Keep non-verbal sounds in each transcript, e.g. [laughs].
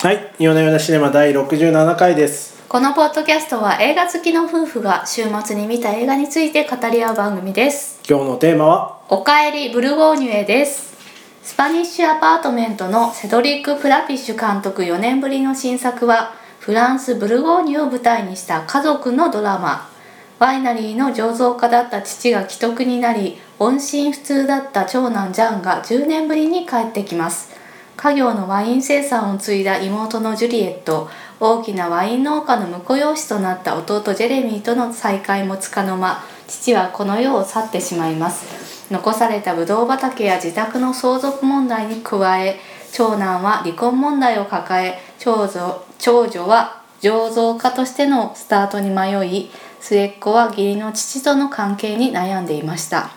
はい、夜な夜なシネマ第67回です。このポッドキャストは映画好きの夫婦が週末に見た映画について語り合う番組です今日のテーマは、おかえりブルゴーニュへですスパニッシュアパートメントのセドリック・プラピッシュ監督4年ぶりの新作はフランス・ブルゴーニュを舞台にした家族のドラマワイナリーの醸造家だった父が既得になり音信不通だった長男ジャンが10年ぶりに帰ってきます家業のワイン生産を継いだ妹のジュリエット大きなワイン農家の婿養子となった弟ジェレミーとの再会もつかの間父はこの世を去ってしまいます残されたブドウ畑や自宅の相続問題に加え長男は離婚問題を抱え長女長女は醸造家としてのスタートに迷い末っ子は義理の父との関係に悩んでいました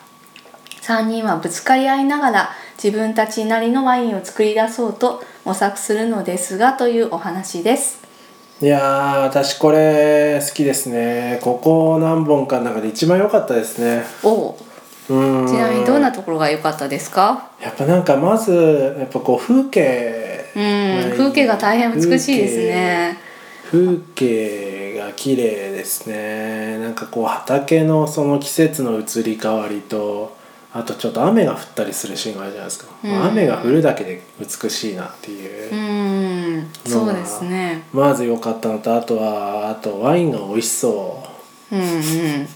3人はぶつかり合いながら自分たちなりのワインを作り出そうと模索するのですがというお話です。いやー、私これ好きですね。ここ何本かの中で一番良かったですね。おううん。ちなみにどんなところが良かったですか？やっぱなんかまず、やっぱこう風景。うんはい、風景が大変美しいですね。風景が綺麗ですねなんかこう畑のその季節の移り変わりとあとちょっと雨が降ったりするシーンがあるじゃないですか、うん雨が降るだけで美しいなっていう、うん、そうですね。まず良かったのとあとはあとワインが美味しそううんうん。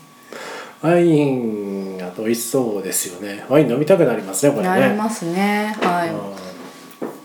ワインが美味しそうですよねワイン飲みたくなりますねこれねなりますね。は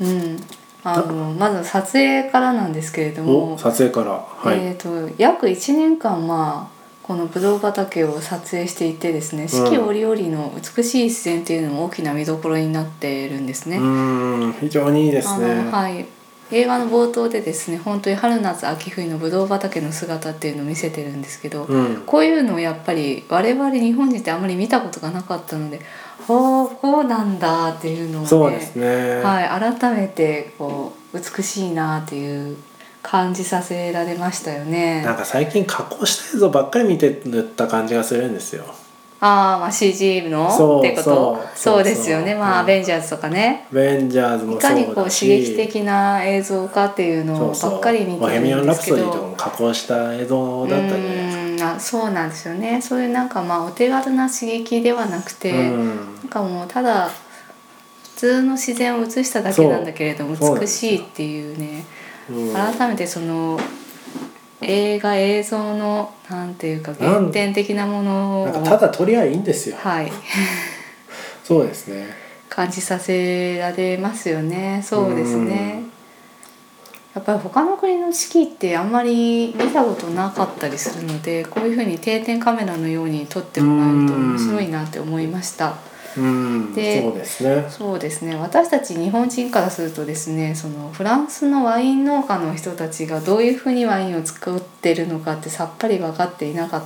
うい。うん。あのまず撮影からなんですけれどんおも、撮影からはい、えっ、と約1年間まあこのブドウ畑を撮影していてですね、四季折々の美しい自然というのも大きな見どころになっているんですね。うーん非常にいいですねあのはい映画の冒頭でですね本当に春夏秋冬のブドウ畑の姿っていうのを見せてるんですけど、うんこういうのをやっぱり我々日本人ってあんまり見たことがなかったのでほうこうなんだっていうのを、ねそうですね、はい、改めてこう美しいなっていう感じさせられましたよね。なんか最近加工した映像ばっかり見てた感じがするんですよ。あー、まあ CG のそうってことそうそうですよそねうそうまあ、うんアベンジャーズとかねベンジャーズいもそうかだし、にこう刺激的な映像かっていうのそをうそうばっかり見ボヘてミるアンんラでプすソけディとかど。も加工した映像だったじゃないですか。うんあそうなんですよねそういうなんかまあお手軽な刺激ではなくて、うんなんかもうただ普通の自然を映しただけなんだけれどもそうそうなんで美すしよいっていうねうん改めてその映画映像のなんていうかなん原点的なものをなんかただ撮りゃいいんですよ。はい、そうですね。感じさせられますよねそうですうねん。やっぱり他の国の四季ってあんまり見たことなかったりするのでこういうふうに定点カメラのように撮ってもらうと面白いなって思いました。うん、そうでですね。そうですね私たち日本人からするとですねそのフランスのワイン農家の人たちがどういうふうにワインを作ってるのかってさっぱり分かっていなかっ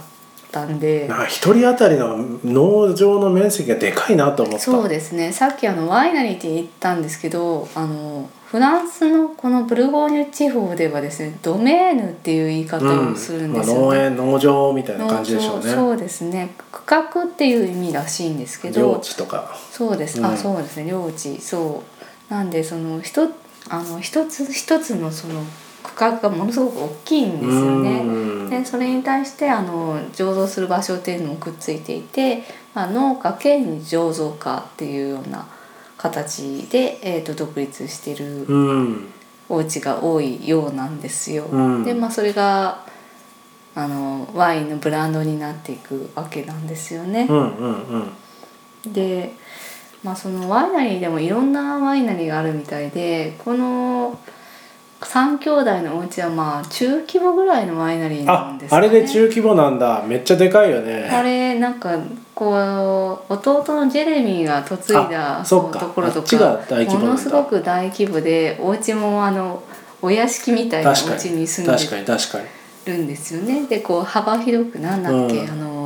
たんでなんか一人当たりの農場の面積がでかいなと思った。そうですねさっきあのワイナリーって言ったんですけどあのフランスのこのブルゴーニュ地方ではですねドメーヌっていう言い方うをするんまであすよ、ね農園農場みたいな感じでしょう農場そね。うですね区画っていう意味らしいんですけど領地とか。そうです、うんあそうですね領地そうなんでそのひとあの一つ一つのその区画がものすごく大きいんですよね。うんでそれに対してあの醸造する場所っていうのもくっついていて、まあ、農家兼醸造家っていうような形で、えー、と独立してるうん。お家が多いようなんですよ。うんでまあそれがあのワインのブランドになっていくわけなんですよね。うんうんうん。で、まあ、そのワイナリーでもいろんなワイナリーがあるみたいでこの3兄弟のお家はまあ中規模ぐらいのワイナリーなあんですあかねれで中規模なんだめっちゃでかいよあねれなんかこう弟のジェレミーが嫁いあだそっかところとあっちかが大規模なんだものすごく大規模でお家もあのお屋敷みたいなお確か家にに住んで確かに確かにるんですよねでこう幅広くなんだっけ、うんあの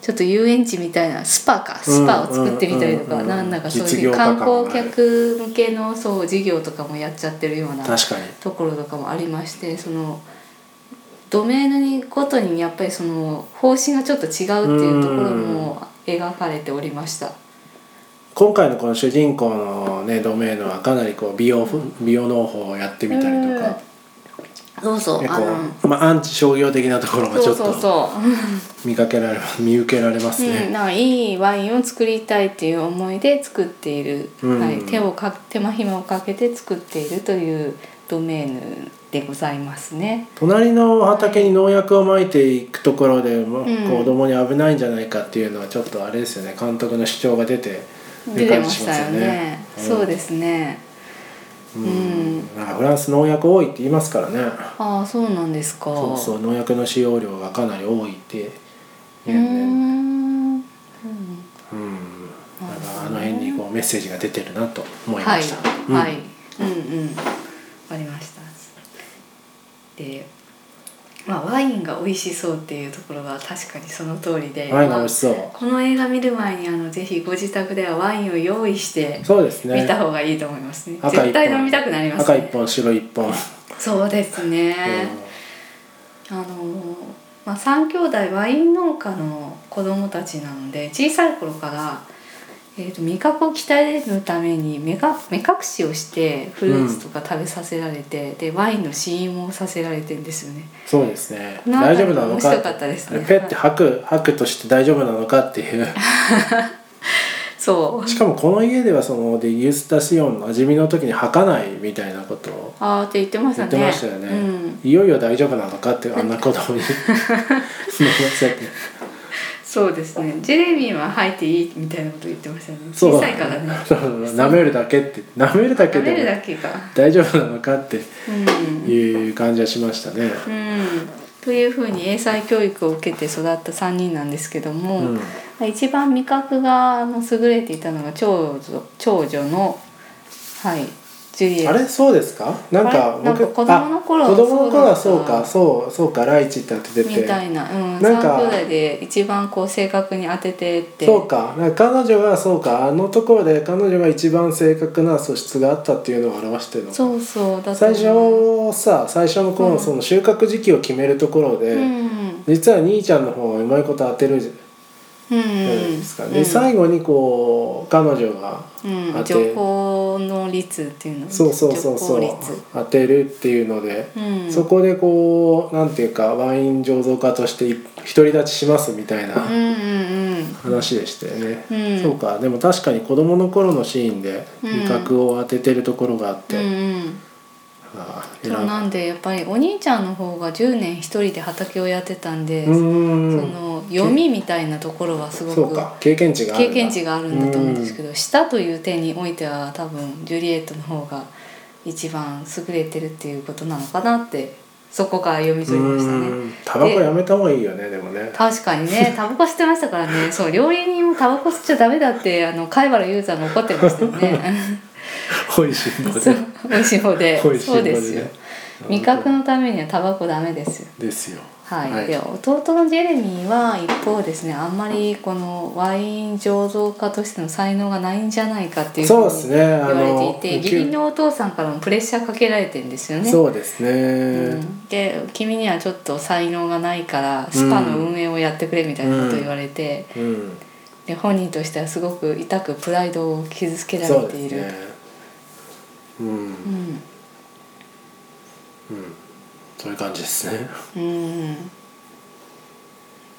ちょっと遊園地みたいなスパかスパを作ってみたりとうか、んうんうんなんだかそう実い業う家感観がある光客向けのそう事業とかもやっちゃってるような確かにところとかもありましてそのドメーヌごとにやっぱりその方針がちょっと違うっていうところも描かれておりました。今回のこの主人公のねドメイドはかなりこう美容ふ美容農法をやってみたりとか、そうそう結あの構、まあ、アンチ商業的なところがちそょうっそうとそう見かけられます [laughs] 見受けられますうん、ね。 [laughs] なんかいいワインを作りたいっていう思いで作っている、うんはい、手をか手間暇をかけて作っているというドメーヌでございますね。隣の畑に農薬をまいていくところで、もううん子供に危ないんじゃないかっていうのはちょっとあれですよね監督の主張が出て出てましたよね。うんそうですね。ううんん、なんかフランス農薬多いって言いますからねああ、そうなんですか。そうそう農薬の使用量がかなり多いってういうんでーん。うんうんなんかあの辺にこうメッセージが出てるなと思いはまいした、。うんはい。うんうん。わかりました。で。まあ、ワインが美味しそうっていうところは確かにその通りで。ワインが美味しそうこの映画見る前にあのぜひご自宅ではワインを用意してそうですね見た方がいいと思いますね。赤一本絶対飲みたくなります赤ね。一本白一本、そうですね。あのまあ三兄弟ワイン農家の子供たちなので小さい頃から。えー、と味覚を鍛えるために目が目隠しをしてフルーツとか食べさせられて、でワインの試飲もさせられてんですよね。そうですねこの辺大り丈夫なの面か白かったですねペッて吐く吐くとして大丈夫なのかっていうそうしかもこの家ではそのデギュスタシオンの味見の時に吐かないみたいなことをあーって言ってました言っね。てましたよねうん、いよいよ大丈夫なのかってあんな子 [laughs] [laughs] 供に飲ませてそうですね。ジェレミーは吐いていいみたいなこと言ってましたね。そう小さいからね。そう舐めるだけって舐めるだけ食べるでだもけか。大丈夫なのかってうん。いう感じはしましたね。うん。というふうに英才教育を受けて育った三人なんですけども、うん一番味覚があの優れていたのが長女長女のはいジュリエあれそうですか？なんあかれなん僕か子供の頃あは子供の頃はそそうだうったかそうそうかライチって当ててみたて。いな、うん、なん三か兄弟で一番こう正確に当ててってそうかなんか彼女がそうかあのところで彼女が一番正確な素質があったっていうのを表してるのかそうそうだと最思う初さ最初のう頃んその収穫時期を決めるところで、うん実は兄ちゃんの方がうまいこと当てるじうんうゃないんですか、で最後にこう彼女がう当ん、て情報の率っていうのそうそうそうそう情報率当てるっていうので、うんそこでこうなんていうかワイン醸造家としてい独り立ちしますみたいなうんうんうん話でしたよね、うんそうかでも確かに子供の頃のシーンでうん味覚を当ててるところがあっうんて、うんああそうなんでやっぱりお兄ちゃんの方が10年一人で畑をやってたんで、うそんの読みみたいなところはすごそうくか経験値がある経験値ががあるんだと思うんですけど舌という点においては多分ジュリエットの方が一番優れてるっていうことなのかなってそこから読み取りましたね。タバコやめた方がいいよねでもね確かにねタバコ吸ってましたからねそう料理人もタバコ吸っちゃダメだってあの貝原雄さんが怒ってましたよ [laughs] ね美味しいの [laughs] そうで美味しい方で [laughs] 美味しいそ方うでですよ味覚のためにはタバコダメですよですよはい、はいで弟のジェレミーは一方ですねあんまりこのワイン醸造家としての才能がないんじゃないかっていうふそううですにね言あわれてのいて、義理のお父さんからもプレッシャーかけられてんですよね。そうですね、うんで君にはちょっと才能がないからスパの運営をやってくれみたいなことを言われて、うん、で本人としてはすごく痛くプライドを傷つけらそれうてでいする。ね。うん、うんそういう感じですね。うん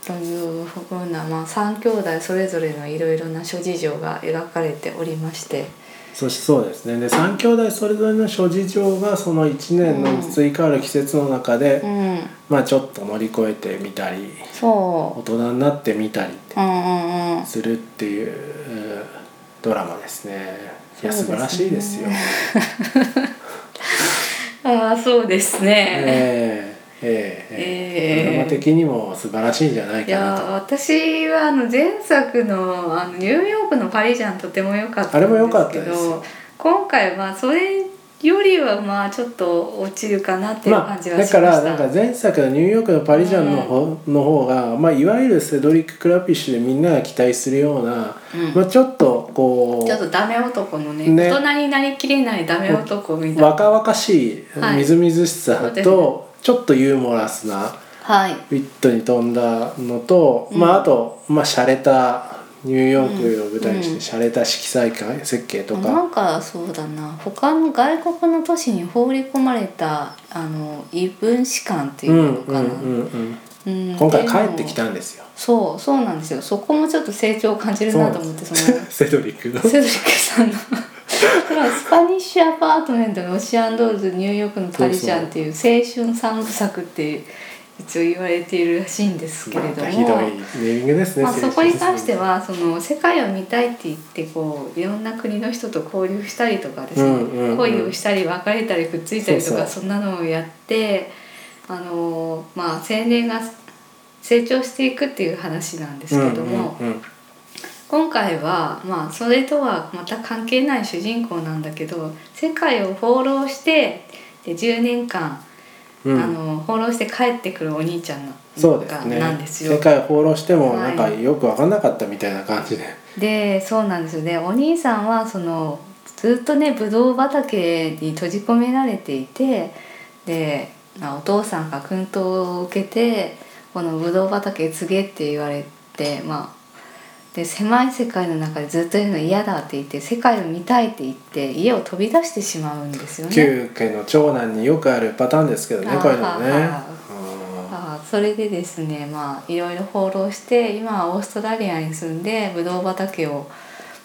というふうな、まあ、3兄弟それぞれのいろいろな諸事情が描かれておりましてそしてそうですね。で、三兄弟それぞれの諸事情がその一年の移り変わる季節の中で、うんまあちょっと乗り越えてみたり、そ大人になってみたりううんうんうんするっていううんドラマですね。いやそうです素ね晴らしいですよ。ああそうですね、ええええええええドラマ的にも素晴らしいんじゃないいかやなーと。私はあの前作のあのニューヨークのパリジャンとても良かったあれんですけもど良かったですよ今回はそれよりはまあちょっと落ちるかなっていうまあ、感じはだしました、からなんか前作の「ニューヨークのパリジャンの方」の方が、まあ、いわゆるセドリック・クラピッシュでみんなが期待するような、うんまあ、ちょっとこちょっうとダメ男のねね大人になりきれないダメ男みたいな若々しいはいみずみずしそうさですとちょっとユーモラスなはいウィットに富んだのと、うんまあ、あと、まあ、洒落たニューヨークを舞台にしうんて洒落た色彩感、設計となかんかそうだな他の外国の都市に放り込まれたあの異分子感っていううんのうかんうな、んうんうん今回帰ってきでもたんですよそうそうなんですよそこもちょっと成長を感じるなと思ってその [laughs] セドリックのセドリックさんの [laughs] これはスパニッシュアパートメントのオシアンドールズニューヨークのパリジャンっていう青春三部作って一応言われているらしいんですけれまどたもひどいネーミングですね [laughs] まあ、そこに関してははその世界を見たいって言ってこういろんな国の人と交流したりとかですね、うんうんうん恋をしたり別れたりくっついたりとそかうそそんなのをやってあのまあ青年が成長していくっていう話なんですけども、うんうんうん今回は、まあ、それとはまた関係ない主人公なんだけど世界を放浪してで10年間、うんあの放浪して帰ってくるお兄ちゃんのそうですねなんですよ。世界を放浪してもはないんかよく分かんなかったみたいな感じで、でそうなんですよねお兄さんはそのずっとねぶどう畑に閉じ込められていてで、まあ、お父さんが薫陶を受けてこのぶどう畑へ継げって言われてまあで狭い世界の中でずっといるの嫌だって言って世界を見たいって言って家を飛び出してしまうんですよね。旧家の長男によくあるパターンですけどねあーこういうのもねはうんいああそれでですねまあいろいろ放浪して今はオーストラリアに住んでブドウ畑を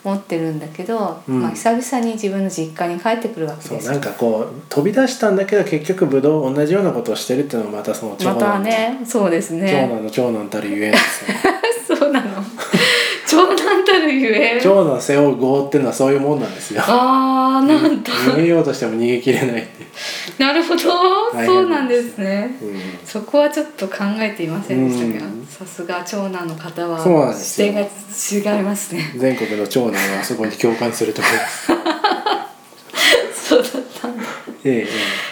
持ってるんだけど、うんまあ、久々に自分の実家に帰ってくるわけそでうすなんかこう飛び出したんだけど結局ぶどう同じようなことをしてるっていうのもまたその長ま男たの、ねそうです長ね男の長男たるゆえん [laughs] ですねそうなの長男たるゆえん長男背負う業っていうのはそういうもんなんですよああなんと逃げようとしても逃げきれないって [laughs] いなるほど変ですそうなんですねう、うんそこはちょっと考えていませんでしたうんがさすが長男の方はそうなんです視よ点が違いますね [laughs] 全国の長男はそこに共感するところですそうだったんだ [laughs] ええ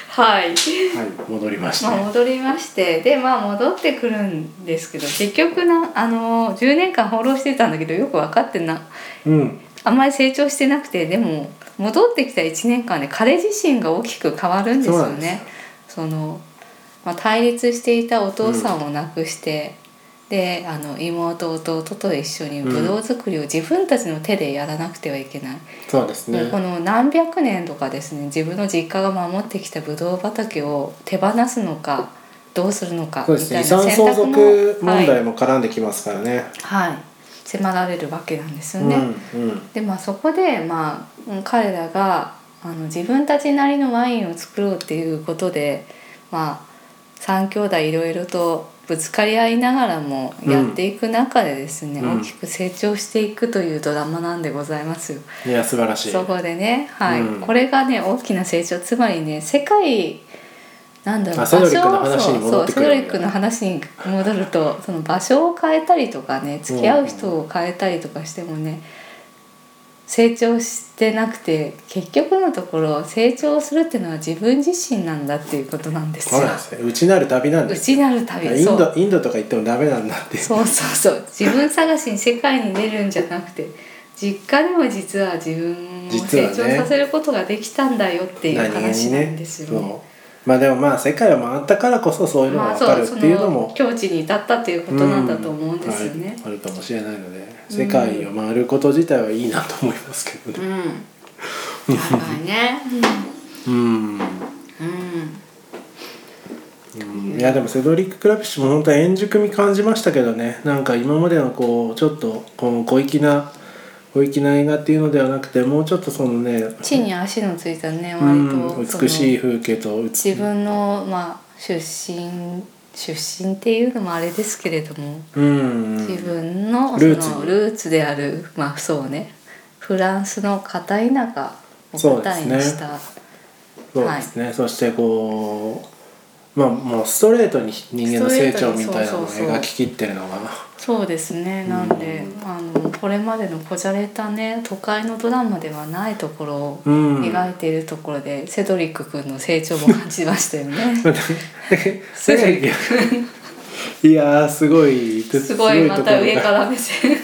はいええはい戻りまして、まあ、戻りましてでまあ戻ってくるんですけど結局なあの10年間放浪してたんだけどよく分かってなうんあんまり成長してなくてでも戻ってきた1年間で彼自身が大きく変わるんですそうよなんですよね。そのまあ、対立していたお父さんを亡くして、であの妹弟と一緒にブドウ作りを自分たちの手でやらなくてはいけない、そうですねでこの何百年とかですね自分の実家が守ってきたブドウ畑を手放すのかどうするのかそうみですねた遺い産な相続問はい題も絡んできますからね、はい、迫られるわけなんですようんね。うんでまあそこで、まあうん、彼らがあの自分たちなりのワインを作ろうっていうことで、まあ、3兄弟いろいろとぶつかり合いながらもやっていく中でですね、うん大きく成長していくというドラマなんでございますよ。いや素晴らしいそこでね、はいうんこれがね大きな成長つまりね世界なんだろうあセドリックの場所を話に戻ってくそうそうセるドリックの話に戻るとその場所を変えたりとかね付き合う人を変えたりとかしてもね成長してなくて結局のところ成長するっていうのは自分自身なんだっていうことなんですそうよ。なんですね内なる旅なんです内なる旅インそうドインドとか行ってもダメなんだってそうそうそう自分探しに世界に出るんじゃなくて実家でも実は自分を実は成ね長させることができたんだよっていう何気話になんですよね。そうまあでもまあ世界を回ったからこそそういうのがまあ分かそるうっそていうのも、の境地に至ったということなんだと思うんですよね。うんあるあるかもしれないので世界を回ること自体はいいなと思いますけどうねん、やばいね。うん、うん、うんうんいやでもセドリック・クラピッシュも本当は円熟み感じましたけどねなんか今までのこうちょっとこう小粋な小粋な映画っていうのではなくてもうちょっとそのね地に足のついたねう割んとその美しい風景と美しい自分のまあ出身出身っていうのもあれですけれども。うん自分のそルーツにのルーツであるまあそうねフランスの片田舎をそう舞で台すにねした、そうですね、そしてこうまあもうストレートに人間の成長みたいなのをストレートにそうそうそう描ききってるのがそうですねなんで、うあのこれまでのこじゃれたね都会のドラマではないところをうん描いているところで、セドリック君の成長も感じましたよねすごい [laughs] いやーすごい [laughs] すごいまた上からら目線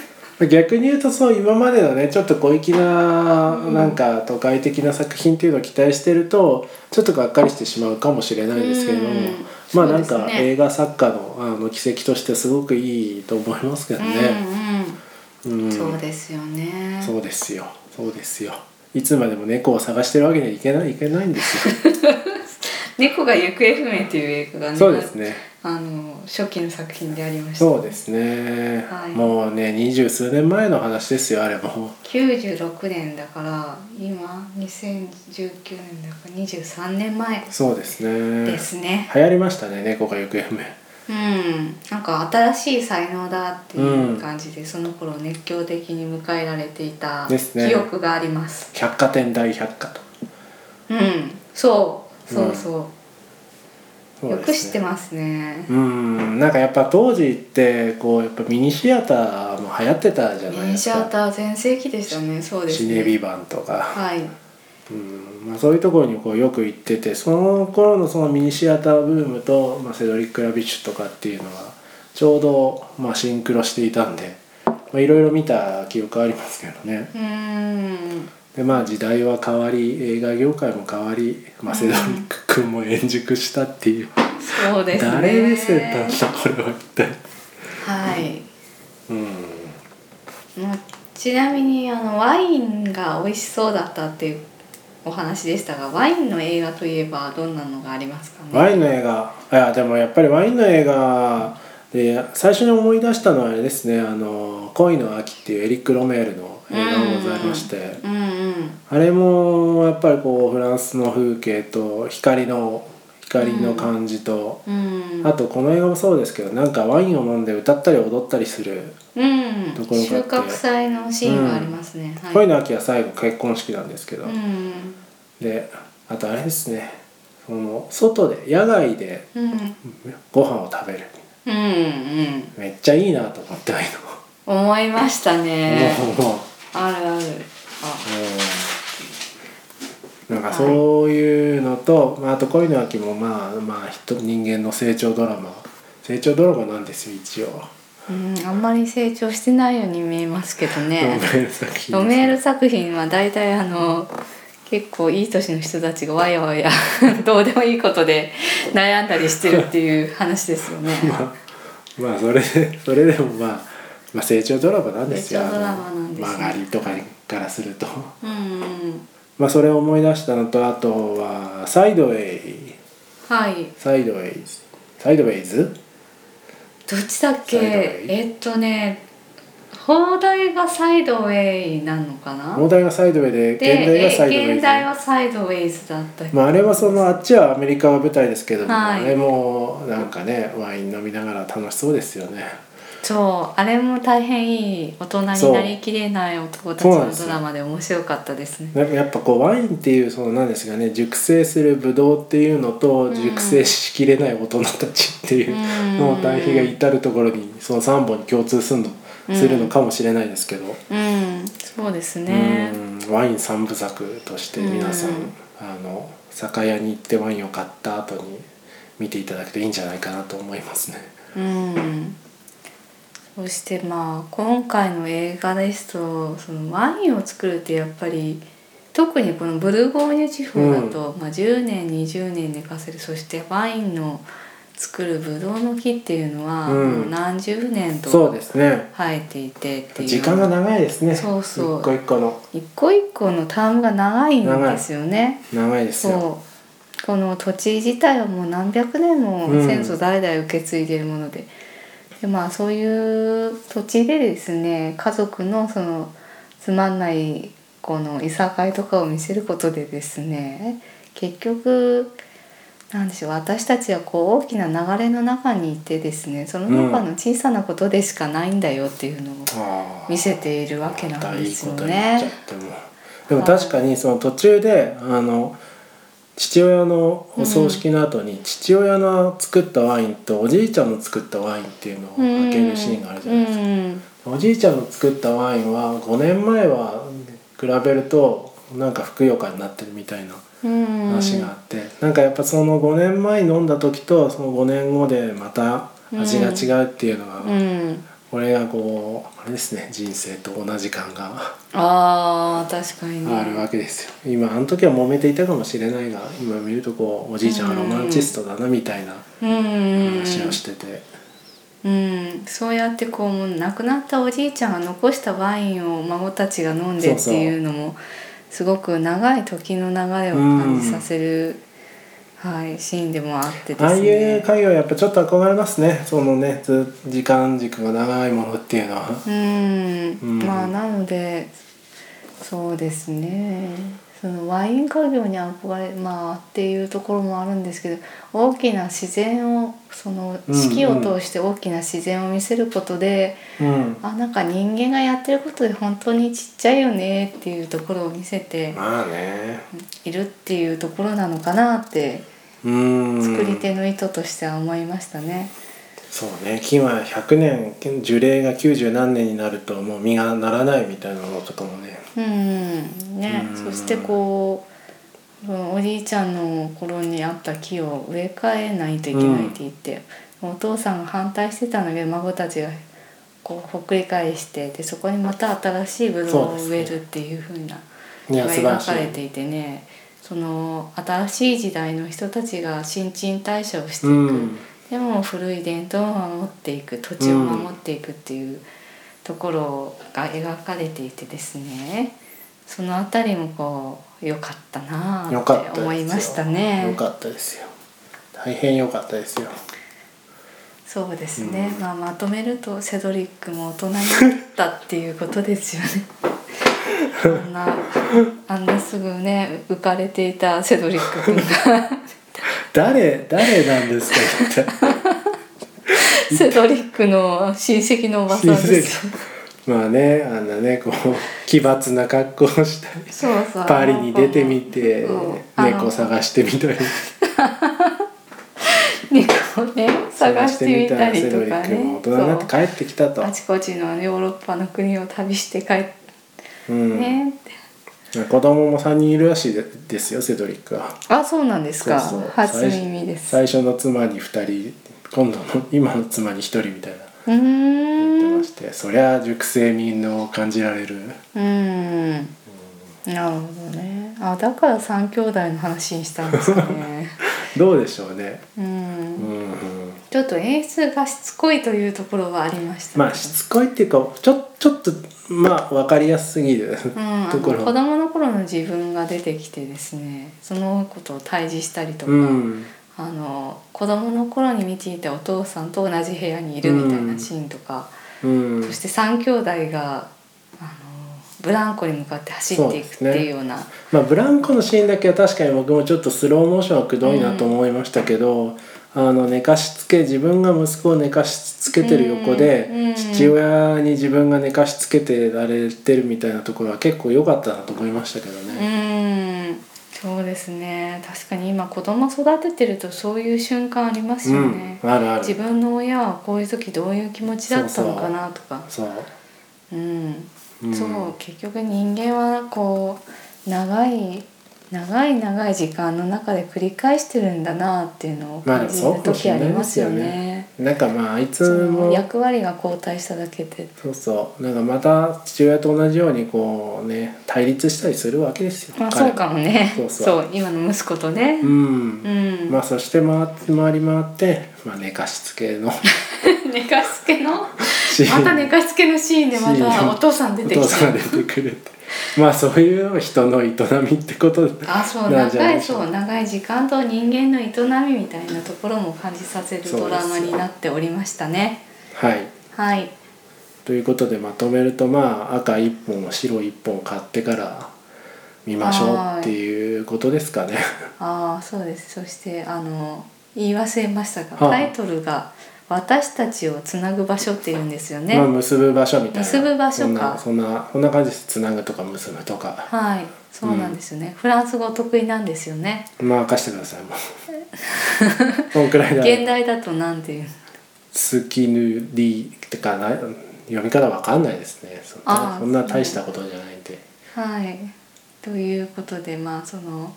逆に言うとそう今までのねちょっと小粋ななんか都会的な作品っていうのを期待してるとちょっとがっかりしてしまうかもしれないですけれども、うんまあなんそうかですね映画作家のあの軌跡としてすごくいいと思いますけどうね。んうんうんそうですよねそうですよそうですよいつまでも猫を探してるわけにはいけないいけないんです [laughs] よ猫が行方不明っていう映画がねそうですねあの初期の作品でありましたそうですね、はいもうね二十数年前の話ですよあれも96年だから今2019年だから23年前そうですねですね、流行りましたね猫が行方不明うんなんか新しい才能だっていう感じで、その頃熱狂的に迎えられていたですね記憶があります百貨店大百科とうんそうそうそう、そうよですねく知ってますねうんなんかやっぱ当時ってこうやっぱミニシアターも流行ってたじゃないミでニシすアかター全盛期でしたねそうですシねネビ版とか、はいうんまあ、そういうところにこうよく行っててその頃のそのミニシアターブームと、まあ、セドリック・ラビッシュとかっていうのはちょうどまあシンクロしていたんでまあいろいろ見た記憶ありますけどねうーんでまあ時代は変わり映画業界も変わり、まあ、セドリック君も円熟したっていう、そうですね誰目線なんだこれは一体はいうんまあちなみにあのワインが美味しそうだったっていうお話でしたがワインの映画といえばどんなのがありますかねワインの映画いやでもやっぱりワインの映画で最初に思い出したのはあれですね「あの恋の秋」っていうエリック・ロメールの映画がございまして、うんうんあれもやっぱりこうフランスの風景と光の光の感じと、うんあとこの映画もそうですけどなんかワインを飲んで歌ったり踊ったりするうんところがあ収って穫祭のシーンがありますね、 「はい恋の秋」は最後結婚式なんですけど、うんであとあれですねその外で野外でうんご飯を食べるうんうんめっちゃいいなと思ってああいうの。思いましたねもうあるあるあなんかそういうのと、まあ、あと恋の秋もまあまあ人人間の成長ドラマ成長ドラマなんですよ一応うんあんまり成長してないように見えますけどロメねール作品ロメール作品は大体あの結構いい年の人たちがわやわや [laughs] どうでもいいことで悩んだりしてるっていう話ですよね。まあ、まあそれでそれでもまあ、まあ、成長ドラマなんですよ成長ドラマなんですねあの曲がりとかからするとうんうん、まあそれを思い出したのとあとはサイドウェイはいサイドウェイズサイドウェイズどっちだっけサイドウェイえっとね放題がサイドウェイなのかな問題がサイドウェイで現代でがサイドウェイえズ現代はサイドウェイズだったまあ、あれはそのあっちはアメリカが舞台ですけども、はあいれもなんかねワイン飲みながら楽しそうですよねそうあれも大変いい大人になりきれない男たちそうなんのですドよラマで面白かったですね。なんかやっぱこうワインっていうその何ですかね熟成するブドウっていうのとん熟成しきれない大人たちっていううんの対比が至るところにその3本に共通するのうんするのかもしれないですけど、うん、そうですね。うんワイン三部作として皆さん、うんあの酒屋に行ってワインを買った後に見ていただくといいんじゃないかなと思いますね。うん、そしてまあ今回の映画ですとそのワインを作るってやっぱり特にこのブルゴーニュ地方だと、まあ、10年20年寝かせるそしてワインの作るブドウの木っていうのは、うんもう何十年そうとですね生えていてっていう時間が長いですねそうそう一個一個の一個一個のタームが長いんですよね。長いですよそうこの土地自体はもう何百年もうん先祖代々受け継いでいるもので,、でまあそういう土地でですね家族のそのつまんないこのいさかいとかを見せることでですね結局なんでしょう私たちはこう大きな流れの中にいてですねその中の小さなことでしかないんだよっていうのをあー見せているわけなんですよまたいいこと言っちゃねっ。てもでも確かにその途中であの父親のお葬式の後に、父親の作ったワインとおじいちゃんの作ったワインっていうのを開けるシーンがあるじゃないですか、うんおじいちゃんの作ったワインは5年前は比べるとなんかふくよかになってるみたいなうん話があって、なんかやっぱその5年前に飲んだ時とその5年後でまた味が違うっていうのが、うん、これがこうあれですね人生と同じ感があー確かにねあるわけですよ、今あの時は揉めていたかもしれないが今見るとこうおじいちゃんはロマンチストだなみたいなうんうんうん話をしてて、うん、そうやってこうもう亡くなったおじいちゃんが残したワインを孫たちが飲んでっていうのもすごく長い時の流れを感じさせる、はい、シーンでもあってあであすいうね。会はやっぱちょっと憧れますねそのねず時間軸が長いものっていうのはうん、うんまあなのでそうですねそのワイン家業に憧れ、まあ、っていうところもあるんですけど大きな自然をそのうんうん四季を通して大きな自然を見せることで。うんあなんか人間がやってることで本当にちっちゃいよねっていうところを見せてまあねいるっていうところなのかなってうん作り手の意図としては思いましたね。そうね木は100年樹齢が90何年になるともう実がならないみたいなのとかもねうんねうんそしてこうそのおじいちゃんの頃にあった木を植え替えないといけないって言って、お父さんが反対してたんだけど孫たちがこうほっくり返してでそこにまた新しいブドウを植えるっていう風な。いやが素晴ら描しかれいていてねその新しい時代の人たちが新陳代謝をしていく、うんでも古い伝統を守っていく土地を守っていくっていうところが描かれていてですねそのあたりもこう良かったな良かったあですってよ思いました良ね。かったですよ大変良かったですよそうですね、まあ、まとめるとセドリックも大人になったっていうことですよね。 [laughs] あんなあんなすぐね浮かれていたセドリック君 [laughs] が。誰誰なんですか一 [laughs] 体セドリックの親戚のおばさんですよ。まあねあんなねこう奇抜な格好をしたりそうそう。パリに出てみてうん猫探してみたり猫をね探してみたりとセドリかックもね大。人になって帰ってきたそとうあちこちのヨーロッパの国を旅して帰ってうんね。子供も3人いるらしいでですよセドリックはあ、そうなんですか。そうそう初耳です。う最初の妻に2人今度の今の妻に1人みたいなー言ってん。まして、そりゃ熟成民の感じられるうん。なるほどね。あ、だから三兄弟の話にしたんですね。 [laughs] どうでしょうねううんん。うんちょっと演出がしつこいというところはありました、まあしつこいっていうかちょちょっとまあ分かりやすすぎるうん、あのところ子供の頃の自分が出てきてですねそのことを対峙したりとか、うんあの子供の頃に導いたお父さんと同じ部屋にいるみたいなシーンとか、うんそして3兄弟があのブランコに向かって走っていくっていうようなまあ、ブランコのシーンだけは確かに僕もちょっとスローモーションはくどいなと思いましたけど、あの寝かしつけ自分が息子を寝かしつけてる横で、うんうん父親に自分が寝かしつけてられてるみたいなところは結構良かったなと思いましたけどうね。んそうですね確かに今子供育ててるとそういう瞬間ありますうよんね、、あるあ自る分の親はこういう時どういう気持ちだったのかなとか。そううんうんそう結局人間はこう長い長い長い時間の中で繰り返してるんだなっていうのをまあで感もじそうるかもし時あれなりいでますすよよねね。なんかまああいそつのも役割が交代しただけで、そうそうなんかまた父親と同じようにこうね対立したりするわけですよ。まあ、そうかもねそうそうそう今の息子とね彼、はうんうんまあそして回って回り回って、まあ、寝かしつけの寝かしつけの [laughs] シーまンた寝かしつけのシーンでまシーンたお父さん出おてき父てさんが出てくるってまあそういう人の営みってことあそうなんじゃな長いいでしょうそう長い時間と人間の営みみたいなところも感じさせるドラマになっておりましたね。はいはいということでまとめるとまあ赤1本白1本買ってから見ましょうっていうことですかねああそうですそしてあの言い忘れましたが、はあタイトルが「私たちをつなぐ場所」っていうんですよね、まあ結ぶ場所みたいな結ぶ場所かそんなそんなそんな感じですつなぐとか結ぶとかはいそうなんですよね、フランス語得意なんですよねまあ貸してくださいもうこんくらいだ現代だとなんていうスキヌリってかな読み方わかんないですねそんあなーそんな大したことじゃないんで、はいということでまあその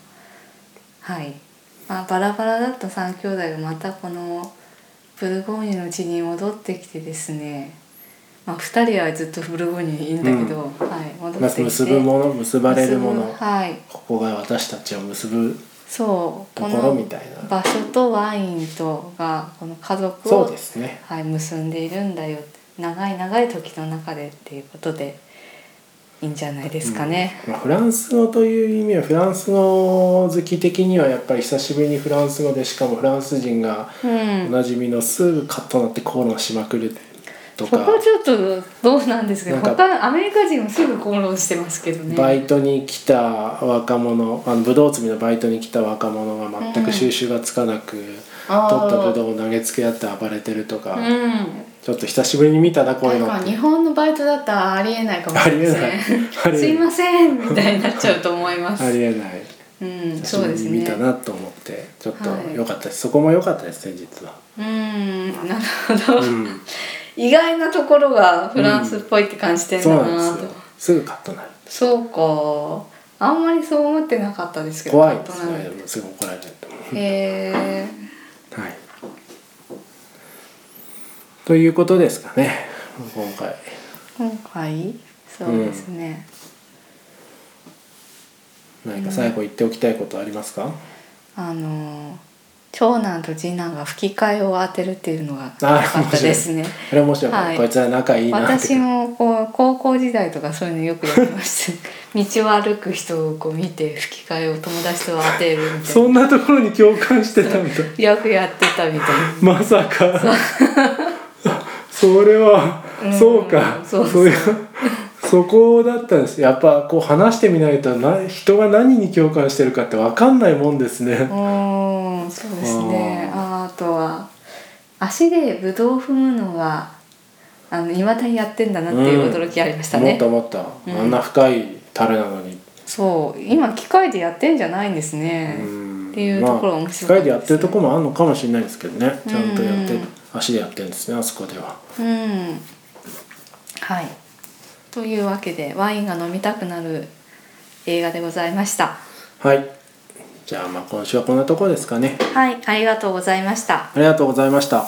はい、まあ、バラバラだった3兄弟がまたこのブルゴーニュの地に戻ってきてですねまあ、2人はずっとブルゴーニュにいるんだけど、はい、戻まあ、ってきて結ぶもの結ばれるもの結ぶはいここが私たちを結ぶそうとこころのみたいな場所とワインとがこの家族そうをで、すねはい、結んでいるんだよ長い長い時の中でっていうことでいいんじゃないですかね。まあ、フランス語という意味はフランス語好き的にはやっぱり久しぶりにフランス語でしかもフランス人がうんおなじみのすぐカッとなって口論しまくるとこか、こちょっとどうなんですけどなんか他アメリカ人もすぐ口論してますけどね。バイトに来た若者あのブドウ摘みのバイトに来た若者が全く収拾がつかなく、あ取ったブードウを投げつけ合って暴れてるとか、うんちょっと久しぶりに見たなこういう確のかっに日て本のバイトだったらありえないかもあしりれえまないせん。ありすいえなまいせんみたいになっちゃうと思います。ありえないうん、久しそうぶでりすにね。見たなと思ってちょっとはい良かったです、そこも良かったですね実は。うん、なるほど。うん意外なところがフランスっぽいって感じてんそうだななんと、ですよすぐカッとなるそうかあんまりそう思ってなかったですけど怖いですなんねとなでもすぐ怒られると思 [laughs] くへうはいということですかね今回ー今回そうですね、何か最後言っておきたいことありますか、あのー長男と次男が吹き替えを当てるっていうのが良あかったですねあれ面白い、はいこいつは仲いいなって私もこう高校時代とかそういうのよくやってまし [laughs] た道を歩く人をこう見て吹き替えを友達と当てるみたいそなんなところに共感してたんだよくやってたみたいなまさかそれは、うんそうかそうそういそこだったんですやっぱこう話してみないとな人が何に共感してるかって分かんないもんですね、うんそうですねあああとは足でブドウを踏むのはあの未だにやってんだなっていう驚きありました思ねっ、た思った、うんあんな深い樽なのに、そう今機械でやってんじゃないんですね、うんっていうところま面白かあ、機ったですね械でやってるところもあるのかもしれないですけどねちゃんとやって、うん足でやってるんですねあそこではうんはいというわけでワインが飲みたくなる映画でございましたはいじゃあまあ今週はこんなところですかねはいありがとうございましたありがとうございました